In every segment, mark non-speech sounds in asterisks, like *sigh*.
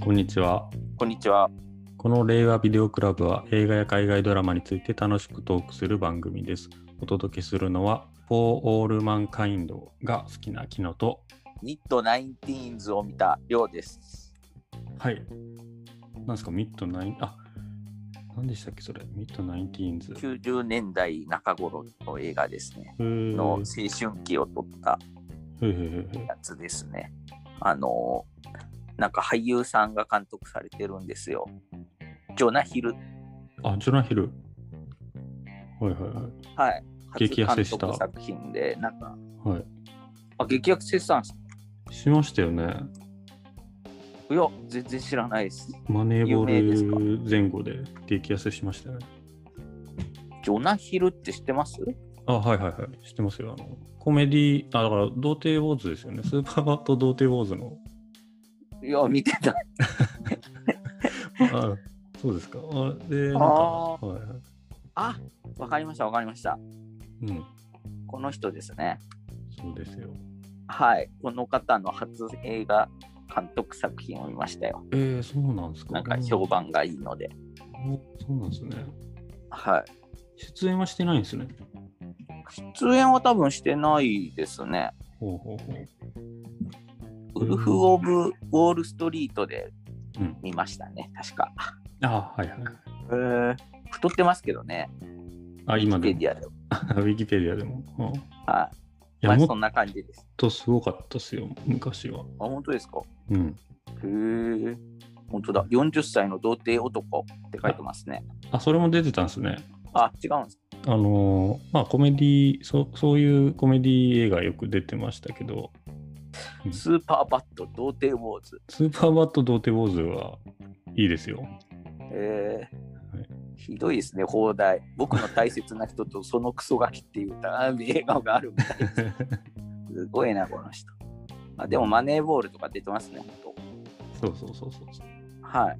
こんにちは。こんにちは。この令和ビデオクラブは映画や海外ドラマについて楽しくトークする番組です。お届けするのは、For All Mankind が好きなキノと、ニットナインティーンズを見たようです。はい。なんですか、ミッドナイン、あ、何でしたっけ、それ。ミッドナインティーンズ。 90年代中頃の映画ですね。へーの青春期を撮ったへーへーへーやつですね。あのー、なんか俳優さんが監督されてるんですよ。ジョナヒル。あ、ジョナヒル。はいはいはい。激痩せし初た監督作品で、なんか、はい。はあ、激アセしたんですかい。しましたよね。いや、全然知らないです。マネーボ有名ですかール前後で激安しましたよね。ジョナヒルって知ってますあ、はいはいはい。知ってますよ。あのコメディあ、だから、童貞ウォーズですよね。 *laughs* スーパーバット童貞ウォーズ *laughs* の。いや、見てた。あそうですか。あで、なんか、あはいはい。あ、わかりました、わかりました。うん、この人ですね。そうですよ。はい、この方の初映画監督作品を見ましたよ。えー、そうなんですか。なんか評判がいいので。うん。おそうなんですね。は出演はしてないんですね。い。出演は多分してないですね。ほうほうほう。ウルフ・オブ・ウォール・ストリートでうん見ましたね、確か。あ、はいはい。へ太ってますけどね、あ、今でメもデ。ィアでは。 *laughs* ウィキペディアでも。うんいはや、い。まあ、もそんっな感じです。とすごかったですよ、昔は。あ、本当ですか。うん。へえ。本当だ。40歳の童貞男って書いてますね。あ、それも出てたんですね。あ、違うんです。あのーまあコメディそそういうコメディ映画よく出てましたけどスーパーバット、童貞ウォーズ。スーパーバット童貞坊主はいいですよ *laughs* えー、ひどいですね、放題。僕の大切な人とそのクソガキっていう *laughs* 歌、笑顔があるみたいです。すごいな、この人。あでも、マネーボールとか出てますね、本そうそうそうそう当。はい。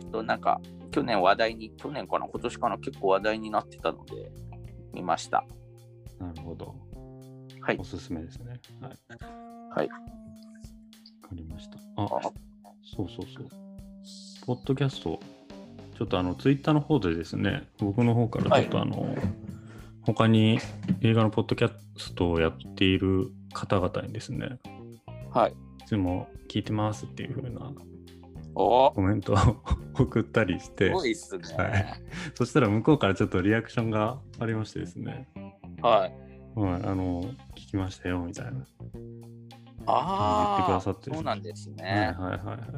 ちょっとなんか、去年話題に、去年かな、今年かな、結構話題になってたので、見ました。なるほどはいお。すすめですねはいはいわかりましたああそうそうそうポッドキャストちょっとあのツイッターの方でですね僕の方からちょっとあの、他に映画のポッドキャストをやっている方々にですねはい。いつも聞いてますっていう風なおーコメントを *laughs* 送ったりしすてごいっすね。はいそしたら向こうからちょっとリアクションがありましてですね、はい。はい、あの聞きましたよみたいな、言ってくあだあ、さってるそうなんですね。はいはいはい *laughs*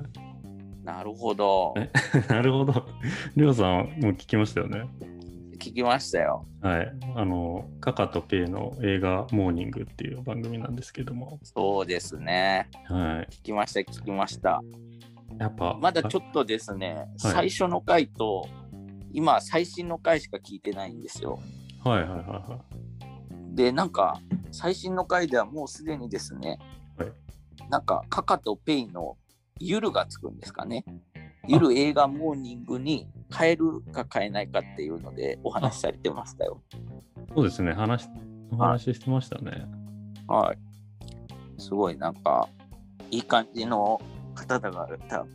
なるほど。えはいなるほどりょうさんも聞きましたよね聞きましたよ。はいあのカカとペイの映画「モーニング」っていう番組なんですけども、そうですね。はい、聞きました、聞きました。やっぱまだちょっっとですね、はい最初の回と、今、最新の回しか聞いてないんですよ。とはいはいはいはで、なんか、最新の回ではもうすでにですね、はいなんか、カカとペイのゆるがつくんですかね。ゆる映画モーニングに変えるか変えないかっていうのでお話しされてましたよ。いそうですね話お話ししてましたねはい。すごいなんか、いい感じの方々っ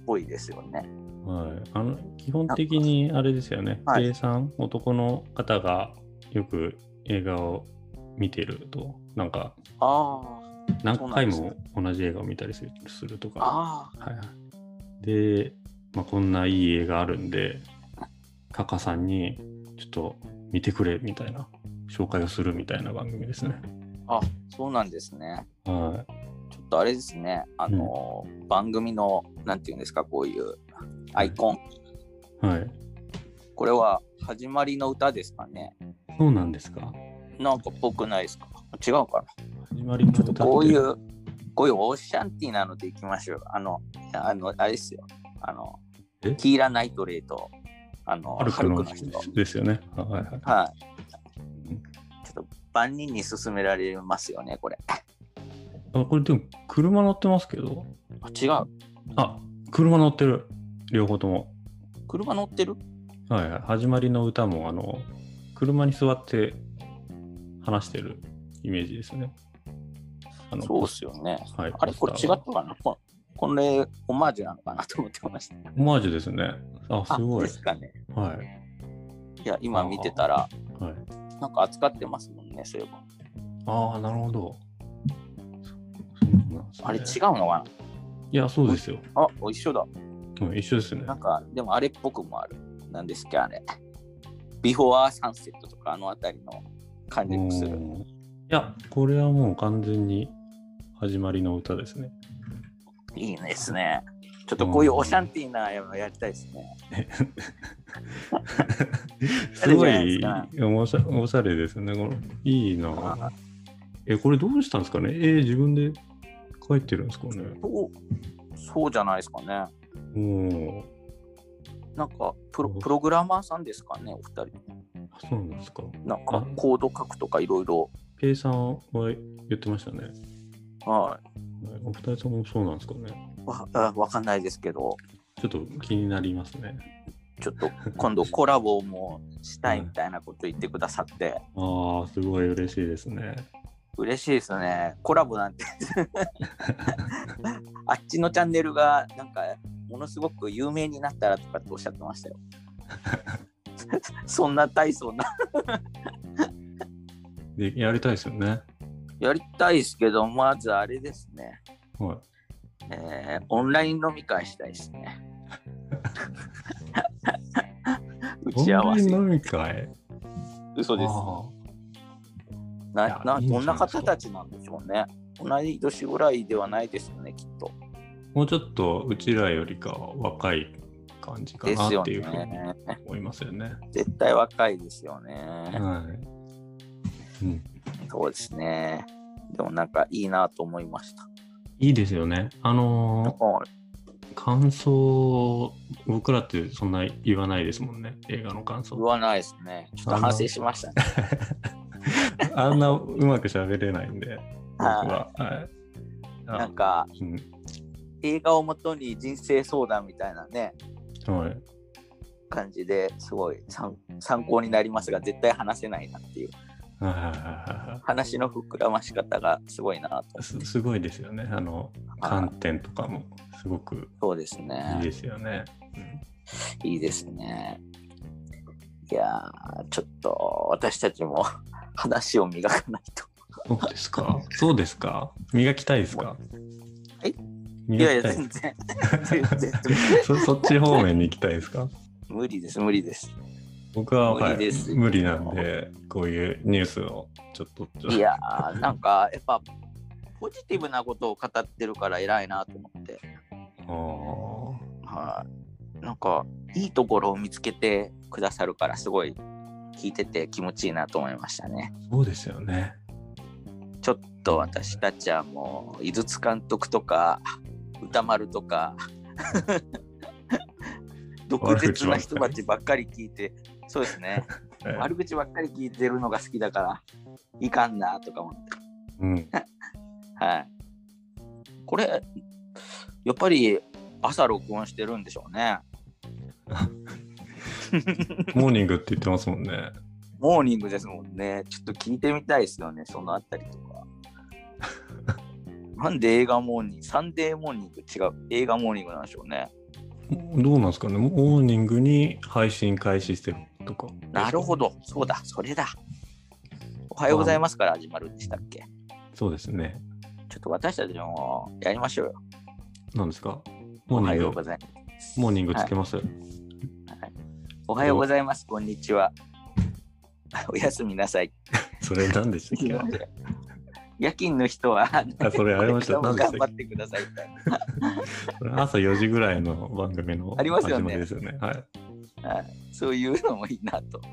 ぽいですよね。はい、あの基本的にあれですよね、はい計算男の方がよく映画を見てると、なんかあ何そうなん回ですねも同じ映画を見たりするするとか、あ、あはいはい、で、まあ、こんないい映画あるんで、カカさんにちょっと見てくれみたいな、紹介をするみたいな番組ですね。あ、あ、そうなんですね。はちょっとあれですね、あの、番組の、なんていうんですか、こういうアイコン。い、はい、これは、始まりの歌ですかね。そうなんですか。なんかっぽくないですか違うか始まりの、なちょっとこういうう、こういうオーシャンティーなのでいきましょうよ。あの、あの、あれですよ。あのえ、キーラ・ナイトレイと、あの、ハルクのハルクの人ですよね。はいはいはいはうい。んちょっと万人に勧められますよね、これ。あこれでも車乗ってますけど、あ違う。あ車乗ってる両方とも車乗ってるはいはい始まりの歌もあの車に座って話してるイメージですねあのそうっすよね。はい、あれ、これ違ったかなここれ、オマージュなのかなと思ってました。オマージュですね。あ、*laughs* あすごいで。すかね。はい。いや、今見てたら、はい、なんか扱ってますもんね、そういえば。ああ、なるほど。そそうなんですねあれ違うのかいや、そうですよ。なあ、お一緒だ。うん、一緒ですね。なんか、でもあれっぽくもある。なんですっけ、あれ。ビフォアサンセットとか、あのあたりの感じもする。うんいや、これはもう完全に始まりの歌ですね。いいですね。ちょっとこういうオシャンティーなややりたいですね。すごあれいじゃないおしゃおしゃれですね。このいいなあ。え、これどうしたんですかねえー自分で書いてるんですかねそうそうじゃないですかね。もなんかプロ、プログラマーさんですかね、お二人。う、あそうなんですか。なんか、コード書くとかいろいろ。ペイさんは言ってましたね。はお二人ともそうなんですかね。い。わあわかんないですけど、ちょっと気になりますね。ちょ *laughs* っと今度コラボもしたいみたいなこと言ってくださって、ああ、すごい嬉しいですね。嬉しいですね。コラボなん *laughs* てあっちのチャンネルがなんかものすごく有名になったらとかっておっしゃってましたよ。そんな大層なで、やりたいですよね。やりたいですけど、まずあれですね。はい。えーオンライン飲み会したいです *laughs* ね。打ち合わせオンラ。イン飲み会嘘です。あないやな、いいんじどゃないんなですか方たちなんでしょうね。同い年ぐらいではないですよね、きっと。あもうちょっとうちらよりかは若い感じかでなすよっていうふうにね。思いますよね。絶対若いですよね。はい、うん。そうですね。でもなんかいいなと思いました。いいですよね。あのはー感想、僕らってそんな言わないですもんね、映画の感い想言。わないですね。ちょっと反省しましたね。 *laughs* あんなうまく喋れないんで、僕はは。はいい。なんあかうん映画をもとに人生相談みたいなね、はい感じですごい参参考になりますが、絶対話せないなっていうはいはいはいはいは話の膨らまし方がすごいなといすすごいですよね。あの観点とかもすごくそうですいいねで。すよね。いいですね。いやー、ちょっと私たちも *laughs* 話を磨かないと。うんそうですか。そうですか。磨きたいですか。えい磨やいきたや、いで全す然、全然、そ *laughs* そっち方面に行きたいですか無理です、無理です。僕は無理ですはい、無理なんで、こういうニュースをちょっと、ちょいやー、なんか、やっぱ、ポジティブなことを語ってるから偉いなと思って、あはい。なんか、いいところを見つけてくださるから、すごい、聞いてて気持ちいいなと思いましたね。ーそうですよね。ちょっと私たちはもう、井筒監督とか、歌丸とか、毒舌な人たちばっかり聞いて、そうですね、えー悪口ばっかり聞いてるのが好きだから、いかんなとか思って、うん、はい。これ、やっぱり朝録音してるんでしょうね。モーニングって言ってますもんね。モーニングですもんね。ちょっと聞いてみたいですよね、そのあたりとか。なんで映画モーニング、サンデーモーニング違う、映画モーニングなんでしょうね。どうなんですかね。モーニングに配信開始してるとか。なるほど、そうだ、それだ。おはようございますから始まるんでしたっけ。そうですね。ちょっと私たちもやりましょうよ。なんですかおモーはニよンうごグ、ざいます。モーニングつけます。おはようございます、こんにちは。 *laughs* おやすみなさい。それなんでしたっ夜勤の人は、けあ、それありました。こ何れでからしたっも頑け張ってくださいみたいそれ朝4時ぐらいの番組のありますよ始ねまりですよね。はい。な。はいそういうのもいいなと。 *laughs* ちょ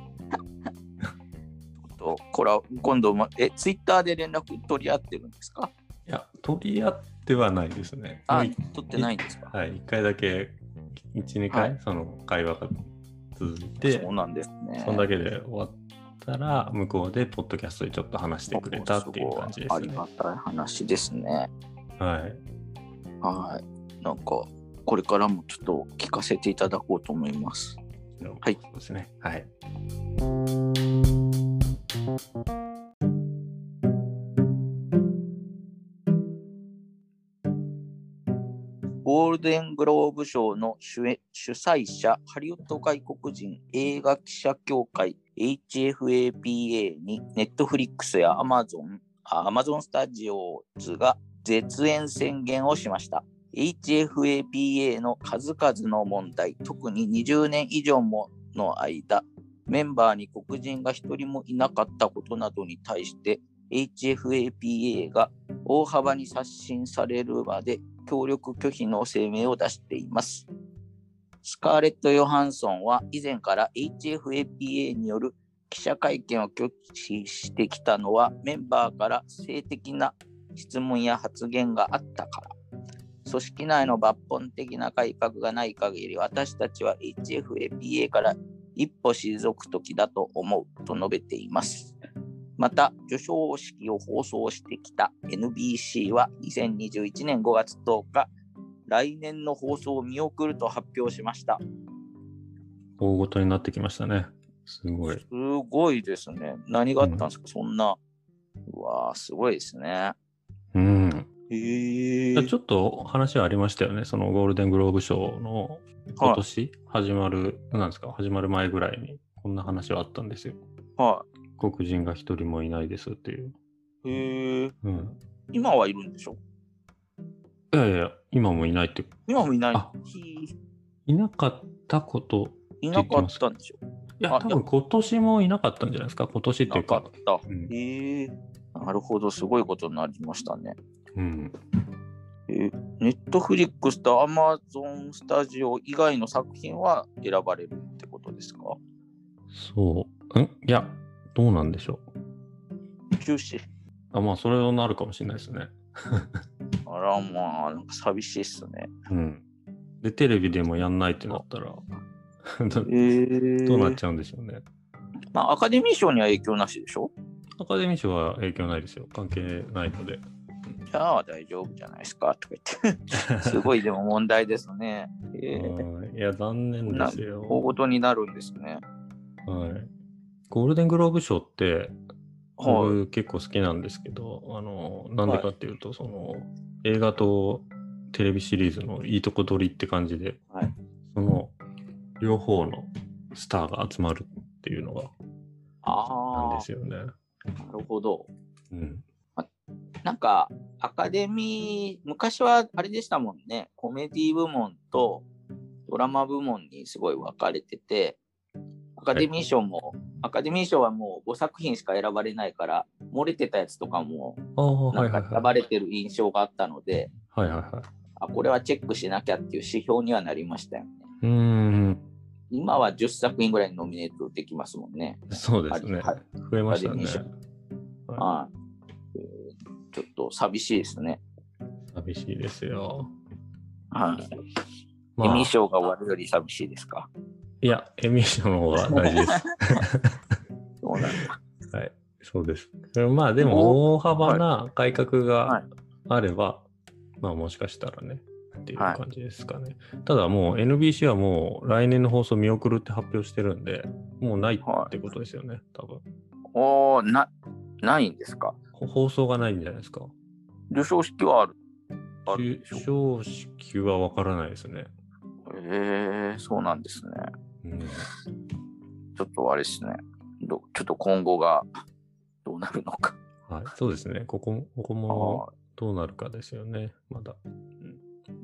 っとこれは今度も、え、ツイッターで連絡取り合ってるんですかいや、取り合ってはないですね。あもうい、取ってないんですかはい、1回だけ、1、2回、はいその会話が続いて、そうなんですね。そんだけで終わったら、向こうで、ポッドキャストでちょっと話してくれたっていう感じであすりね。がたい話ですね。はい。はい。なんか、これからもちょっと聞かせていただこうと思います。いそうですね。はい。ゴールデングローブ賞の主演主催者、ハリウッド外国人映画記者協会 HFAPA に、ネットフリックスや Amazon、あ Amazon スタジオズが絶縁宣言をしました。HFAPA の数々の問題、特に20年以上もの間、メンバーに黒人が一人もいなかったことなどに対して、HFAPA が大幅に刷新されるまで協力拒否の声明を出しています。スカーレット・ヨハンソンは以前から HFAPA による記者会見を拒否してきたのはメンバーから性的な質問や発言があったから。組織内の抜本的な改革がない限り私たちは HFAPA から一歩退く時だと思うと述べています。また、授賞式を放送してきた NBC は2021年5月10日、来年の放送を見送ると発表しました。大ごとになってきましたね。すごいす。ごいですね。何があったんですか、そんな。うわーすごいですね。うん。へえ。ちょっと話はありましたよね。そのゴールデングローブ賞の今年始まる、なんですか、始まる前ぐらいに、こんな話はあったんですよ。は黒人が一人もいないですっていう。い。へえ。うん。今はいるんでしょいやいや、今もいないって。今もいないあ。ひいなかったこと。いなかったんでしょいや、あ多分今年もいなかったんじゃないですか。今年っていなうかか。った。うんへえ。なるほど、すごいことになりましたね。うん。えネットフリックスとアマゾンスタジオ以外の作品は選ばれるってことですかそう。んいや、どうなんでしょう。休止あまあ、それはなるかもしれないですね。あらまあ、なんか寂しいっすね。うん。で、テレビでもやんないってなったら、 *laughs* どえーどうなっちゃうんでしょうね。まあ、アカデミー賞には影響なしでしょアカデミー賞は影響ないですよ。関係ないので。じゃあ大丈夫じゃないですかとか言 *laughs* って。すごいでも問題ですね。えーはいいや、残念ですよ。大ごとになるんですね。はい。ゴールデングローブ賞って、はい。僕結構好きなんですけど、あの、なんでかっていうと、その、映画とテレビシリーズのいいとこ取りって感じで、はいその、両方のスターが集まるっていうのが、なあんあですよね。ー、なるほど。うん。なんか、アカデミー、昔はあれでしたもんね、コメディ部門とドラマ部門にすごい分かれてて、アカデミー賞も、アカデミー賞はもう5作品しか選ばれないから、漏れてたやつとかも、ああ、はないんはかい選はばい。れてる印象があったので、はいはいはい。あ、これはチェックしなきゃっていう指標にはなりましたよね。うーん、今は10作品ぐらいにノミネートできますもんね。そうですねはいは。増えましたアカデミねー。賞ははい、えーちょっと寂しいですね。い寂しいですよ。はい。まエあミー、賞が終わるより寂しいですか。いや、エミー賞の方が大事です。そうなんだはい、そうです。まあでも大幅な改革があれば、まあもしかしたらね、っていう感じですかね。ただもう NBC はもう来年の放送見送るって発表してるんで、もうないってことですよね、多分。おーな、ないんですか。ほ放送がないんじゃないですか。受賞式はある。あるでしょ受賞式はわからないですね。えー、そうなんですね。うん、ちょっとあれですね。どちょっと今後がどうなるのか。はい、そうですね。ここもここあもーどうなるかですよね、まだ。ち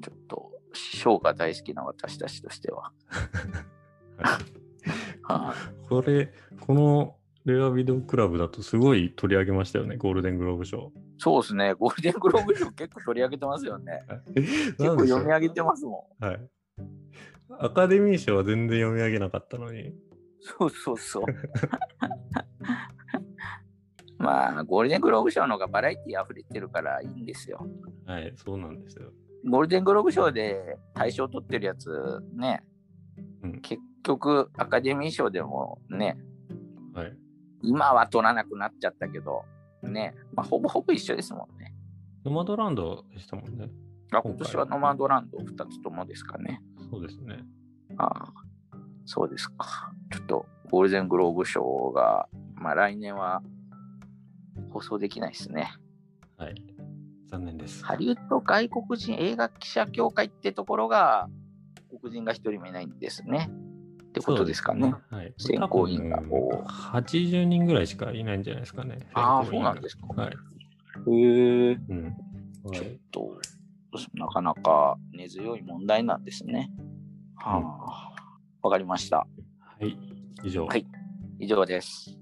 ょっと、賞が大好きな私たちとし *laughs* ては。はこれ、このレアビデオクラブだとすごい取り上げましたよね、ゴールデングローブ賞。いそうですね。ゴールデングローブ賞結構取り上げてますよね。結な構んでしょ読うみ上げてますもん。はい。アカデミー賞は全然読み上げなかったのに。そうそ *laughs* うそう。まあ、ゴールデングローブ賞の方がバラエティ溢れてるからいいんですよ。はい、そうなんですよ。ゴールデングローブ賞で大賞取ってるやつね、うん結局アカデミー賞でもね、はい。今は取らなくなっちゃったけど、ね、まあ、ほぼほぼ一緒ですもんね。ノマドランドでしたもんね。あ今回今年はノマドランド2つともですかね。そうですね。ああそうですか。ちょっとゴールデングローブ賞が、まあ来年は放送できないですね。はい。残念です。ハリウッド外国人映画記者協会ってところが、黒人が一人もいないんですね。ってことですかね。はい。選考委員が多分こう80人ぐらいしかいないんじゃないですかね。ああ選考委員そうなんですかはい。へえ。うん。はちょっい、と、なかなか根強い問題なんですね。はあ。わかりました。はい以上。はい以上です。